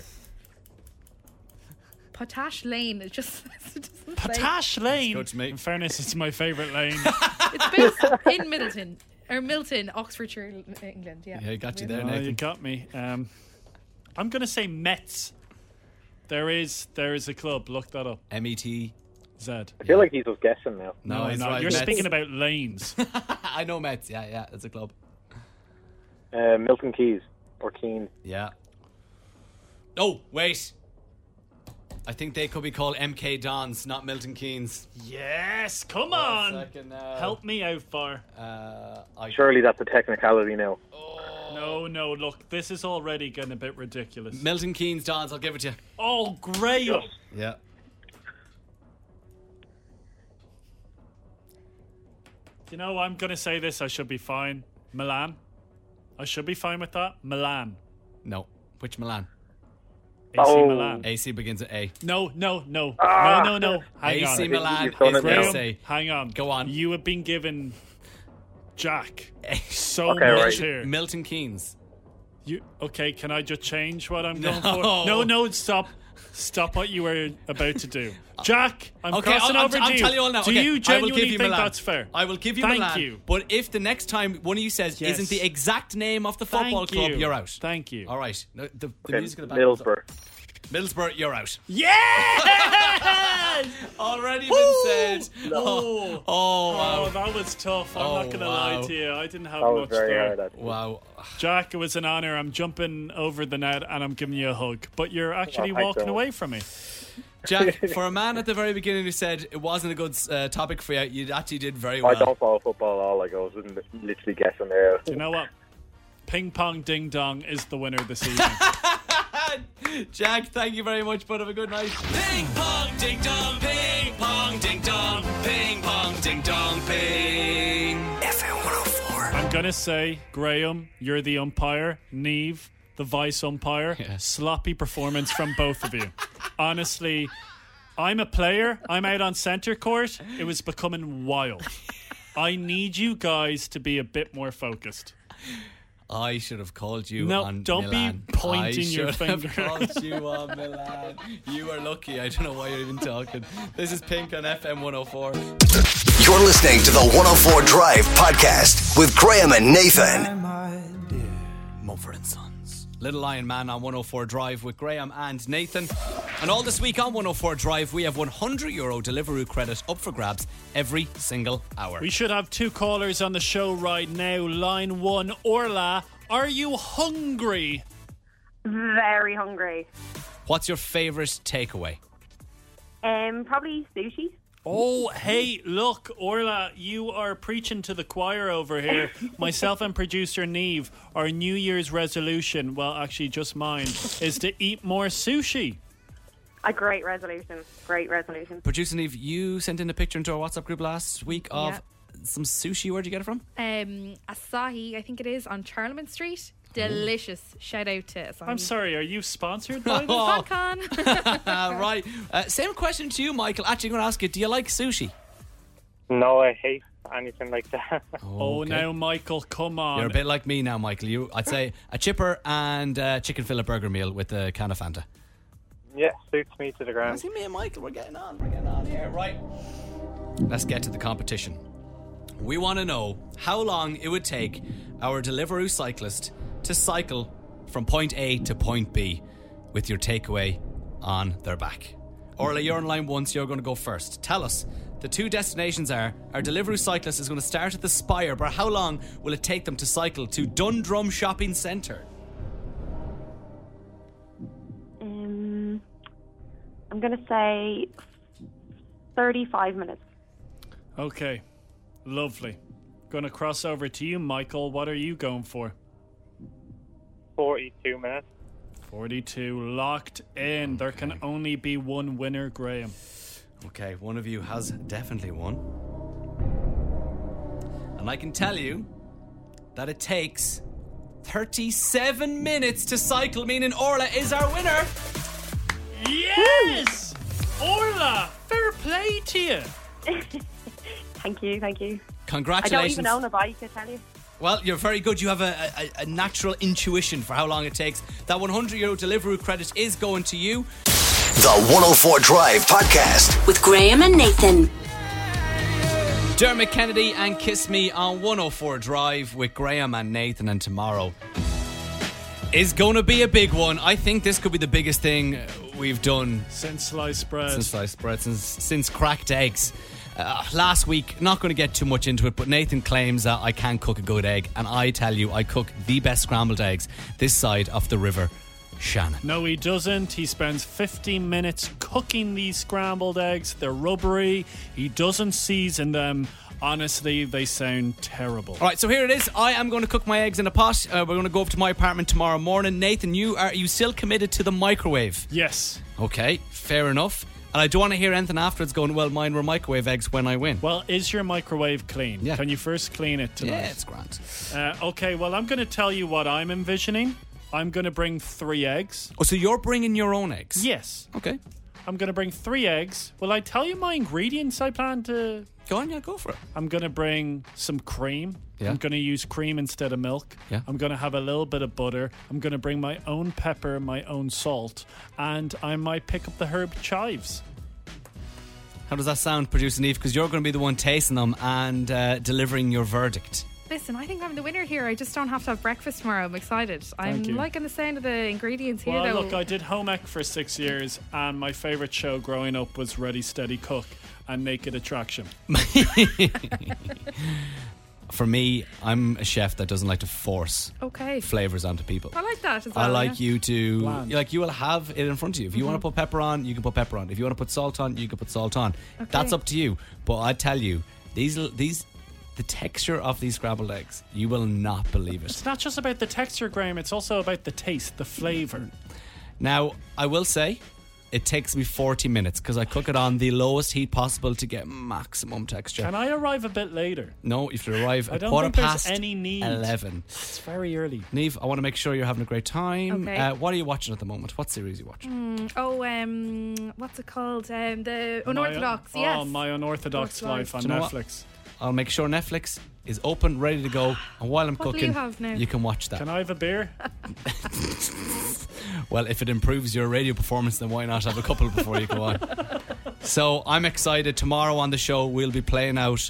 S4: Potash Lane. It just, it doesn't say.
S3: Potash Lane.
S2: good to me.
S3: In fairness, it's my favourite lane.
S4: It's based in Middleton or Milton, Oxfordshire, England. Yeah.
S2: Yeah, I got you there,
S3: oh, you
S2: Nathan.
S3: got me. Um, I'm going to say Mets. There is there is a club. Look that up.
S2: M E T.
S3: Zed.
S10: I feel like he's just guessing now.
S2: No, it's right.
S3: You're
S2: Mets.
S3: speaking about lanes.
S2: I know Mets. Yeah, yeah, it's a club.
S10: Uh, Milton Keys or Keane.
S2: Yeah. Oh wait, I think they could be called MK Dons, not Milton Keynes.
S3: yes, come on.
S2: Second uh, now.
S3: Help me out, Far.
S2: Uh, I
S10: Surely that's a technicality now.
S3: No, no, look, this is already getting a bit ridiculous.
S2: Milton Keynes Dons. I'll give it to you.
S3: oh, Graham.
S2: Yeah.
S3: You know, I'm going to say this. I should be fine. Milan. I should be fine with that. Milan.
S2: No. Which Milan?
S3: AC
S10: Oh. Ah.
S3: Milan.
S2: AC begins at A.
S3: No, no, no. No, no, no. Hang
S2: AC
S3: on.
S2: Milan
S10: You've done
S2: is
S10: it now.
S3: Graham,
S2: AC.
S3: hang on.
S2: Go on.
S3: You have been given Jack so
S10: Okay,
S3: much
S10: right.
S3: here.
S2: Milton Keynes.
S3: You okay? Can I just change what I'm going
S2: No.
S3: for? No, no, stop, stop what you were about to do, Jack. I'm
S2: Okay,
S3: crossing
S2: I'll,
S3: over
S2: I'll,
S3: to
S2: I'll
S3: you.
S2: tell you all now.
S3: Do
S2: okay,
S3: you
S2: I will
S3: genuinely
S2: give you
S3: think
S2: Milan.
S3: that's fair?
S2: I will give you
S3: Thank
S2: Milan.
S3: you.
S2: But if the next time one of you says
S3: Yes.
S2: isn't the exact name of the
S3: Thank
S2: football club,
S3: you.
S2: you're out.
S3: Thank you.
S2: All right. No, the, the
S10: Okay,
S2: music in the back.
S10: Middlesbrough.
S2: Middlesbrough, you're out.
S3: Yes!
S2: Already
S3: Woo!
S2: been said. Oh, oh,
S3: oh,
S2: wow.
S3: that was tough. I'm
S2: Oh,
S3: not gonna
S2: wow.
S3: lie to you. I didn't have
S10: That was
S3: much
S10: very
S3: there.
S10: hard. actually.
S2: Wow.
S3: Jack, it was an honor. I'm jumping over the net and I'm giving you a hug, but you're actually
S10: Oh, thanks
S3: walking
S10: so much.
S3: away from me.
S2: Jack, for a man at the very beginning who said it wasn't a good uh, topic for you, you actually did very
S10: I
S2: well.
S10: don't follow football at all. Like I was literally guessing there.
S3: You know what? Ping pong ding dong is the winner this evening.
S2: Jack, thank you very much, but have a good night. Ping pong ding dong, ping pong ding dong, ping pong ding dong, ping.
S1: FM 104.
S3: I'm gonna say, Graham, you're the umpire. Neve, the vice umpire. Sloppy performance from both of you. Honestly, I'm a player. I'm out on centre court. It was becoming wild. I need you guys to be a bit more focused.
S2: I should have called you
S3: No,
S2: on
S3: don't be
S2: Milan.
S3: pointing your
S2: I should
S3: finger.
S2: have called you on Milan. You are lucky. I don't know why you're even talking. This is Pink on FM 104.
S1: You're listening to the 104 Drive Podcast with Graham and Nathan.
S2: Mumford and Sons. Little Lion Man on 104 Drive with Graham and Nathan. And all this week on 104 Drive, we have 100 euro Deliveroo credit up for grabs every single hour.
S3: We should have two callers on the show right now. Line one, Orla, are you hungry?
S11: Very hungry.
S2: What's your favourite takeaway?
S11: Um, probably sushi.
S3: Oh, hey, look, Orla, you are preaching to the choir over here. Myself and producer Neve, our New Year's resolution, well, actually, just mine, is to eat more sushi.
S11: A great resolution. Great resolution.
S2: Producer Neve, you sent in a picture into our WhatsApp group last week of some sushi. Where'd you get it from?
S4: Um, Asahi, I think it is on Charlemont Street. Delicious. Shout out to Asahi.
S2: Mm.
S3: I'm sorry, are you sponsored by this?
S2: Oh.
S4: Podcon.
S2: Uh, right. Uh, same question to you, Michael. Actually, I'm going to ask you do you like sushi?
S10: No, I hate anything like that.
S3: Oh,
S2: Okay.
S3: now, Michael, come on.
S2: You're a bit like me now, Michael. You, I'd say a chipper and uh, chicken fillet burger meal with a can of Fanta.
S10: yeah, suits me to the ground.
S2: me and Michael, we're getting on. We're getting on here, right? Let's get to the competition. We want to know how long it would take our Deliveroo cyclist to cycle from point A to point B with your takeaway on their back. Orla, you're on line one, so you're going to go first. Tell us, the two destinations are our Deliveroo cyclist is going to start at the Spire, but how long will it take them to cycle to Dundrum Shopping Centre?
S11: Um, I'm going to say 35 minutes.
S3: Okay, lovely. Gonna cross over to you, Michael. What are you going for?
S10: 42 minutes.
S3: 42 locked in. There can only be one winner, Graham.
S2: Okay, one of you has definitely won. And I can tell you that it takes 37 minutes to cycle, meaning Orla is our winner.
S3: Yes! Orla, fair play to you.
S11: Thank you, thank you. I don't
S2: Congratulations.
S11: even own a bike, I tell you.
S2: Well, you're very good. You have a, a, a natural intuition for how long it takes. That 100 euro delivery credit is going to you.
S1: The 104 Drive Podcast.
S12: With Graham and Nathan.
S2: Dermot Kennedy and Kiss Me on 104 Drive with Graham and Nathan. And tomorrow is going to be a big one. I think this could be the biggest thing we've done
S3: Since sliced bread.
S2: since sliced bread, since, since cracked eggs. Uh, last week, not going to get too much into it, but Nathan claims that I can cook a good egg, and I tell you, I cook the best scrambled eggs this side of the river Shannon.
S3: No, he doesn't. He spends 15 minutes cooking these scrambled eggs. They're rubbery. He doesn't season them. Honestly, they sound terrible.
S2: All right, so here it is. I am going to cook my eggs in a pot. Uh, we're going to go up to my apartment tomorrow morning. Nathan, you are you still committed to the microwave?
S3: Yes.
S2: Okay, fair enough. And I don't want to hear anything afterwards going, well, mine were microwave eggs when I win.
S3: Well, is your microwave clean?
S2: Yeah.
S3: Can you first clean it tonight?
S2: yeah, it's grand.
S3: Uh, okay, well, I'm going to tell you what I'm envisioning. I'm going to bring three eggs.
S2: Oh, so you're bringing your own eggs?
S3: Yes.
S2: Okay.
S3: I'm going to bring three eggs. Will I tell you my ingredients I plan to?
S2: Go on, yeah, go for it.
S3: I'm going to bring some cream.
S2: Yeah.
S3: I'm going to use cream instead of milk.
S2: Yeah.
S3: I'm going to have a little bit of butter. I'm going to bring my own pepper, my own salt, and I might pick up the herb chives.
S2: How does that sound, producer Eve? Because you're going to be the one tasting them and uh, delivering your verdict.
S4: Listen, I think I'm the winner here. I just don't have to have breakfast tomorrow. I'm excited. I'm
S3: you.
S4: liking the sound of the ingredients here,
S3: Well,
S4: though.
S3: look, I did home ec for six years, and my favorite show growing up was Ready Steady Cook and Naked Attraction.
S2: For me, I'm a chef that doesn't like to force
S4: okay.
S2: flavors onto people.
S4: I like that as well.
S2: I like
S4: yeah. Mm-hmm.
S2: you to
S3: Bland.
S2: like you will have it in front of you. If you want to put pepper on, you can put pepper on. If you want to put salt on, you can put salt on. That's
S4: Okay.
S2: up to you. But I tell you, these l- these the texture of these scrambled eggs, you will not believe it.
S3: It's not just about the texture, Graham. It's also about the taste, the flavor.
S2: Now, I will say it takes me 40 minutes because I cook it on the lowest heat possible to get maximum texture.
S3: Can I arrive a bit later?
S2: No, if you arrive
S3: I
S2: at
S3: don't
S2: quarter
S3: think there's
S2: past
S3: any need.
S2: eleven.
S3: It's very early.
S2: Neve, I want to make sure you're having a great time.
S4: Okay.
S2: Uh, what are you watching at the moment? What series are you watching?
S4: Mm, oh, um, what's it called? Um, the unorthodox.
S3: My,
S4: yes.
S3: Oh, my unorthodox
S4: Orthodox.
S3: life on
S2: Do you know what?
S3: Netflix.
S2: I'll make sure Netflix is open, ready to go. And while I'm
S4: What will
S2: cooking,
S4: you have now?
S2: can watch that.
S3: Can I have a beer?
S2: Well, if it improves your radio performance, then why not have a couple before you go on? so I'm excited. Tomorrow on the show, we'll be playing out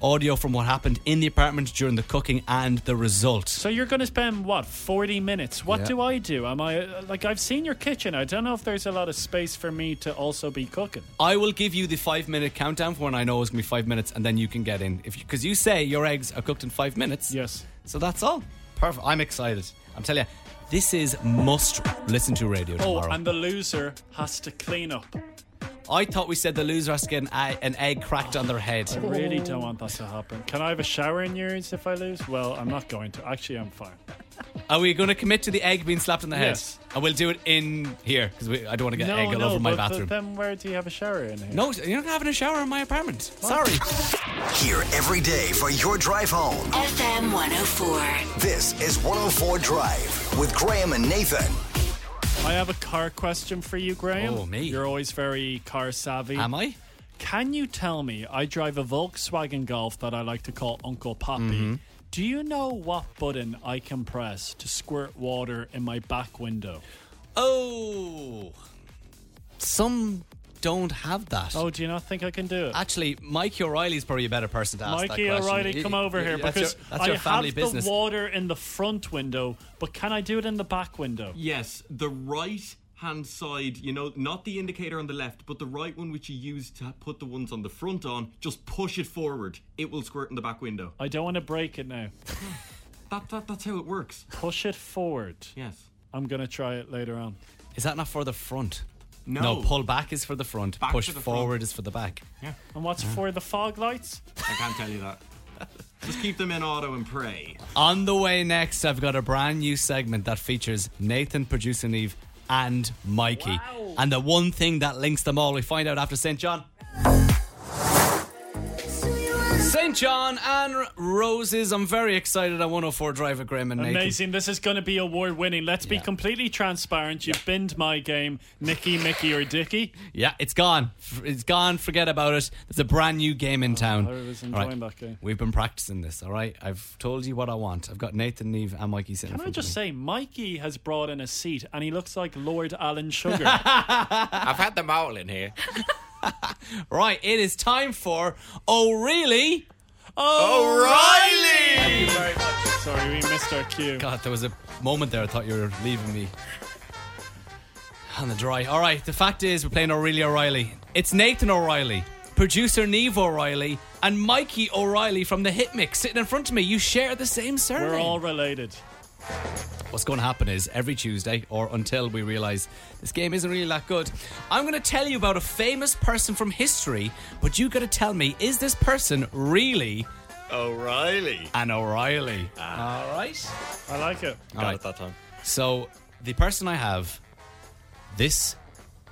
S2: audio from what happened in the apartment during the cooking and the results.
S3: So you're going to spend what 40 minutes? What
S2: Yeah.
S3: do I do? Am I uh, like I've seen your kitchen. I don't know if there's a lot of space for me to also be cooking.
S2: I will give you the five minute countdown for when I know it's going to be five minutes, and then you can get in. If Because you, say your eggs are cooked in five minutes.
S3: Yes.
S2: So that's all. Perfect. I'm excited. I'm telling you, this is must listen to radio
S3: Oh,
S2: tomorrow.
S3: and the loser has to clean up.
S2: I thought we said the loser has to get an, eye- an egg cracked on their head.
S3: I really don't want that to happen. Can I have a shower in yours if I lose? Well, I'm not going to. Actually, I'm fine.
S2: Are we going to commit to the egg being slapped on the head?
S3: Yes.
S2: And we'll do it in here because I don't want to get
S3: no,
S2: egg all
S3: no,
S2: over my
S3: but- but
S2: bathroom.
S3: then where do you have a shower in here?
S2: No, you're not having a shower in my apartment. Sorry.
S1: Here every day for your drive home.
S7: FM 104.
S1: This is 104 Drive with Graham and Nathan.
S3: I have a car question for you, Graham.
S2: Oh, me.
S3: You're always very car savvy.
S2: Am I?
S3: Can you tell me? I drive a Volkswagen Golf that I like to call Uncle Poppy.
S2: Mm-hmm.
S3: Do you know what button I can press to squirt water in my back window?
S2: Oh. Some don't have that.
S3: Oh, do you not think I can do it?
S2: Actually, Mikey O'Reilly's probably a better person to ask that
S3: Mikey
S2: question.
S3: O'Reilly,
S2: You-
S3: come over
S2: you-
S3: here
S2: that's
S3: because
S2: your, that's your
S3: I
S2: family
S3: have
S2: business.
S3: the water in the front window, but can I do it in the back window?
S12: Yes, the right hand side, you know, not the indicator on the left, but the right one which you use to put the ones on the front on, just push it forward. It will squirt in the back window.
S3: I don't want to break it now.
S12: That, that that's how it works.
S3: Push it forward.
S12: Yes.
S3: I'm gonna try it later on.
S2: Is that not for the front?
S12: No.
S2: pull back is for the front.
S12: Back
S2: Push
S12: to the front.
S2: forward is for the back.
S12: Yeah.
S3: And what's for the fog lights?
S12: I can't tell you that. Just keep them in auto and pray.
S2: On the way next, I've got a brand new segment that features Nathan, producer Eve, and Mikey. And the one thing that links them all, we find out after St. John. St. John and R- Roses. I'm very excited at 104 Drive with Graham and Nathan.
S3: Amazing. This is going to be award winning. Let's be completely transparent. You've binned my game, Nicky, Mickey, or Dicky.
S2: Yeah, it's gone. F- It's gone. Forget about it. There's a brand new game in town.
S3: Oh, I was
S2: All
S3: enjoying that game.
S2: We've been practicing this, all right? I've told you what I want. I've got Nathan, Neve, and Mikey sitting in
S3: Can I
S2: front of me.
S3: just say, Mikey has brought in a seat and he looks like Lord Alan Sugar.
S13: I've had them all in here.
S2: Right, it is time for Oh Really?
S3: O'Reilly! Thank you very much. Sorry, we missed our cue.
S2: God, there was a moment there I thought you were leaving me on the dry. All right, the fact is we're playing O'Reilly O'Reilly. It's Nathan O'Reilly, producer Neve O'Reilly, and Mikey O'Reilly from the Hit Mix sitting in front of me. You share the same surname.
S3: We're all related.
S2: What's going to happen is every Tuesday, or until we realise this game isn't really that good, I'm going to tell you about a famous person from history, but you got to tell me is this person really
S13: O'Reilly?
S2: an O'Reilly? All right.
S3: I like it.
S2: All right.
S13: that time.
S2: So the person I have this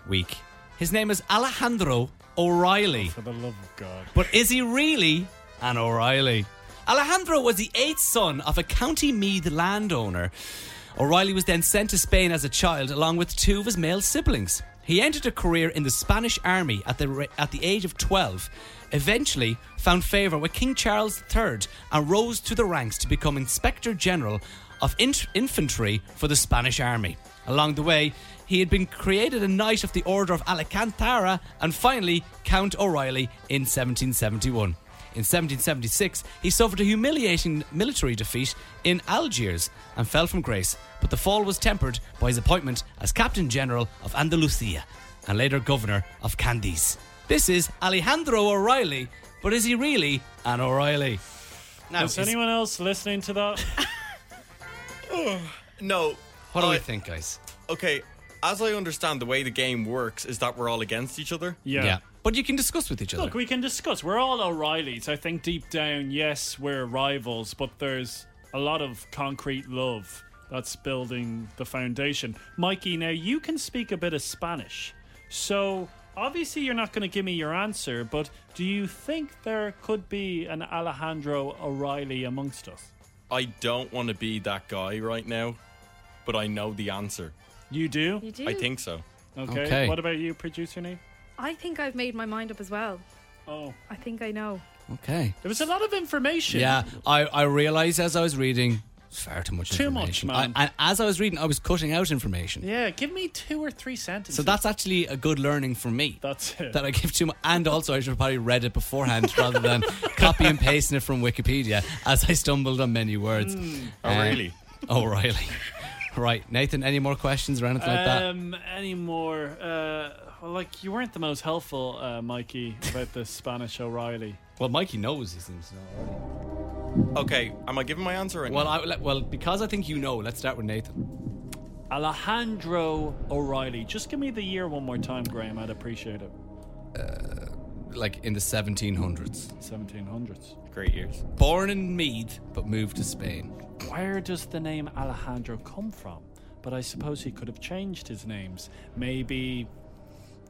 S2: week, his name is Alejandro O'Reilly.
S3: For the love of God.
S2: But is he really an O'Reilly? Alejandro was the eighth son of a County Meath landowner. O'Reilly was then sent to Spain as a child along with two of his male siblings. He entered a career in the Spanish army at the, ra- at the age of 12, eventually found favour with King Charles III and rose to the ranks to become Inspector General of Int Infantry for the Spanish army. Along the way, he had been created a Knight of the Order of Alcantara and finally Count O'Reilly in 1771. In 1776, he suffered a humiliating military defeat in Algiers and fell from grace, but the fall was tempered by his appointment as Captain General of Andalusia and later Governor of Candies. This is Alejandro O'Reilly, but is he really an O'Reilly? Now,
S3: is
S2: is-
S3: anyone else listening to that?
S13: No.
S2: what do
S13: I-
S2: we think, guys?
S13: Okay, as I understand, the way the game works is that we're all against each other.
S3: Yeah. Yeah.
S2: But you can discuss with each other.
S3: Look, we can discuss. We're all O'Reillys. I think deep down, yes, we're rivals, but there's a lot of concrete love that's building the foundation. Mikey, now you can speak a bit of Spanish. So obviously, you're not going to give me your answer, but do you think there could be an Alejandro O'Reilly amongst us?
S12: I don't want to be that guy right now, but I know the answer.
S3: You do?
S4: You do?
S12: I think so.
S3: Okay.
S12: Okay.
S3: What about you, producer name?
S4: I think I've made my mind up as well.
S3: Oh.
S4: I think I know.
S2: Okay.
S3: There was a lot of information.
S2: Yeah, I, I realized as I was reading, it's far too much
S3: Too much,
S2: information.
S3: man.
S2: I- and as I was reading, I was cutting out information.
S3: Yeah, give me two or three sentences.
S2: So that's actually a good learning for me.
S3: That's it.
S2: That I give too much. And also, I should have probably read it beforehand rather than copy and pasting it from Wikipedia as I stumbled on many words.
S3: Mm.
S2: Uh,
S12: O'Reilly.
S2: O'Reilly. right. Nathan, any more questions or anything like that?
S3: um, Any more? Uh, well, like you weren't the most helpful, uh, Mikey, about the Spanish O'Reilly.
S2: Well, Mikey knows he seems to know.
S13: Okay, am I giving my answer? Right
S2: Well, I, well, because I think you know, let's start with Nathan.
S3: Alejandro O'Reilly. Just give me the year one more time, Graham. I'd appreciate it.
S2: Like in the 1700s.
S3: 1700s.
S13: Great years.
S2: Born in Meath, but moved to Spain.
S3: Where does the name Alejandro come from? But I suppose he could have changed his names. Maybe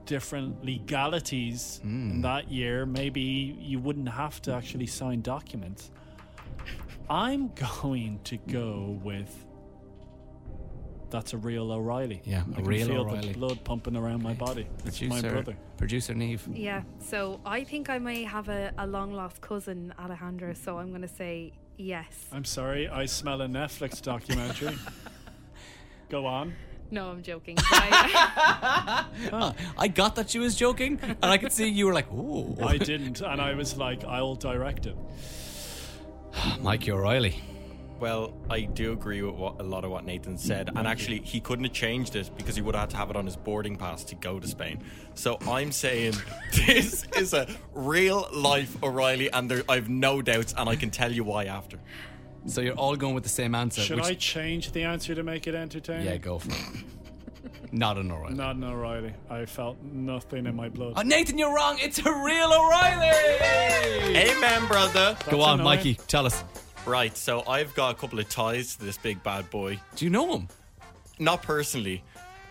S3: different legalities
S2: Hmm.
S3: in that year. Maybe you wouldn't have to actually sign documents. I'm going to go with. That's a real O'Reilly.
S2: Yeah,
S3: I
S2: a
S3: can
S2: real
S3: feel
S2: O'Reilly.
S3: the blood pumping around my body. It's my brother.
S2: Producer Neve.
S4: Yeah, so I think I may have a, a long lost cousin, Alejandro, so I'm going to say yes.
S3: I'm sorry, I smell a Netflix documentary. go on.
S4: No, I'm joking. I,
S2: Ah, I got that she was joking, and I could see you were like, ooh.
S3: I didn't, and I was like, I'll direct it.
S2: Mikey O'Reilly.
S13: Well, I do agree with what, a lot of what Nathan said, and actually, he couldn't have changed it because he would have had to have it on his boarding pass to go to Spain. So I'm saying this is a real life O'Reilly, and there, I've no doubts, and I can tell you why after.
S2: So you're all going with the same answer.
S3: Should
S2: which-
S3: I change the answer to make it entertaining?
S2: Yeah, go for it. Not an O'Reilly.
S3: Not an O'Reilly. I felt nothing in my blood.
S2: Oh, Nathan, you're wrong. It's a real O'Reilly.
S13: Amen, brother.
S2: Go on, Mikey. Tell us.
S13: Right, so I've got a couple of ties to this big bad boy.
S2: Do you know him?
S13: Not personally,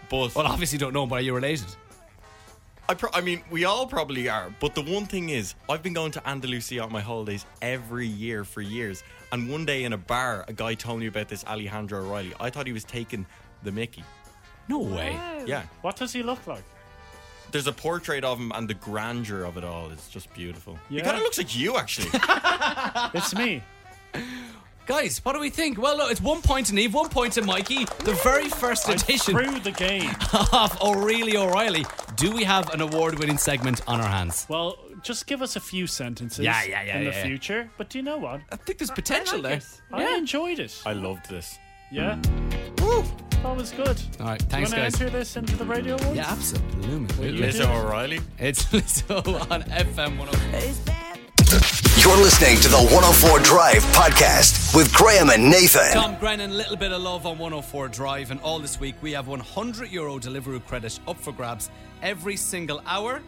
S13: but
S2: Well, obviously you don't know him, but are you related?
S13: I, pro- I mean, we all probably are. But the one thing is, I've been going to Andalusia on my holidays every year for years. And one day in a bar, a guy told me about this Alejandro O'Reilly. I thought he was taking the Mickey.
S2: No way.
S13: Yeah,
S3: What does he look like?
S13: there's a portrait of him, and the grandeur of it all is just beautiful. He
S3: Yeah.
S13: kind of looks like you, actually.
S3: It's me.
S2: Guys, what do we think? Well, look, it's one point to Neve, one point to Mikey. The very first edition
S3: Through the game.
S2: of O'Reilly O'Reilly. Do we have an award-winning segment on our hands?
S3: Well, just give us a few sentences
S2: Yeah, yeah, yeah,
S3: in the
S2: yeah, yeah.
S3: future. But do you know what?
S2: I think there's potential there.
S3: I enjoyed it.
S13: I loved this.
S3: Yeah. That was good.
S2: All right, thanks,
S3: you want
S2: guys.
S3: to enter this into the radio awards?
S2: Yeah, absolutely.
S3: you Lizzo do?
S13: O'Reilly.
S2: It's Lizzo on FM 104.
S1: You're listening to the 104 Drive Podcast with Graham and Nathan.
S2: Tom Grennan, little bit of love on 104 Drive, and all this week we have 100 euro delivery credit up for grabs every single hour.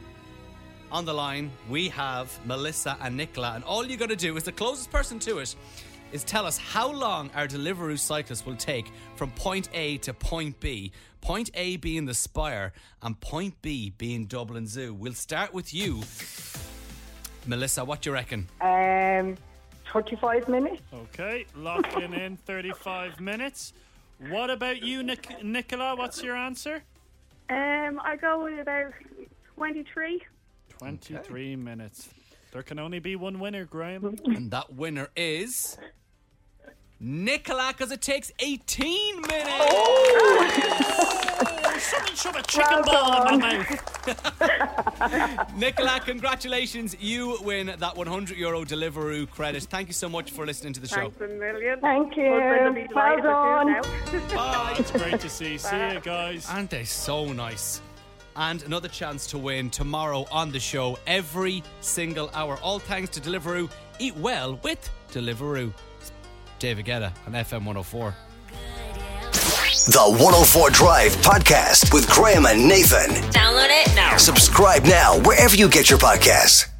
S2: On the line, we have Melissa and Nicola, and all you got to do is the closest person to it is tell us how long our Deliveroo cyclist will take from point A to point B. Point A being the Spire, and point B being Dublin Zoo. We'll start with you, Melissa. What do you reckon?
S14: Um, 35 minutes.
S3: Okay, locking in 35 minutes. What about you, Nic- Nicola? What's your answer?
S9: Um, I go with about 23.
S3: 23 minutes. There can only be one winner, Graham.
S2: And that winner is Nicola, because it takes 18 minutes.
S3: Someone shove a
S2: Well
S3: chicken ball in my
S2: done.
S3: mouth.
S2: Nicola, congratulations. You win that 100 euro Deliveroo credit. Thank you so much for listening to the show.
S9: Thanks a million.
S14: Thank you.
S9: Husband will be delighted
S14: Well
S9: with you now.
S3: It's great to see. See you guys.
S2: Aren't they so nice? And another chance to win tomorrow on the show every single hour. All thanks to Deliveroo. Eat well with Deliveroo. It's David Guetta on FM 104.
S1: The 104 Drive Podcast with Graham and Nathan.
S7: Download it now.
S1: Subscribe now wherever you get your podcasts.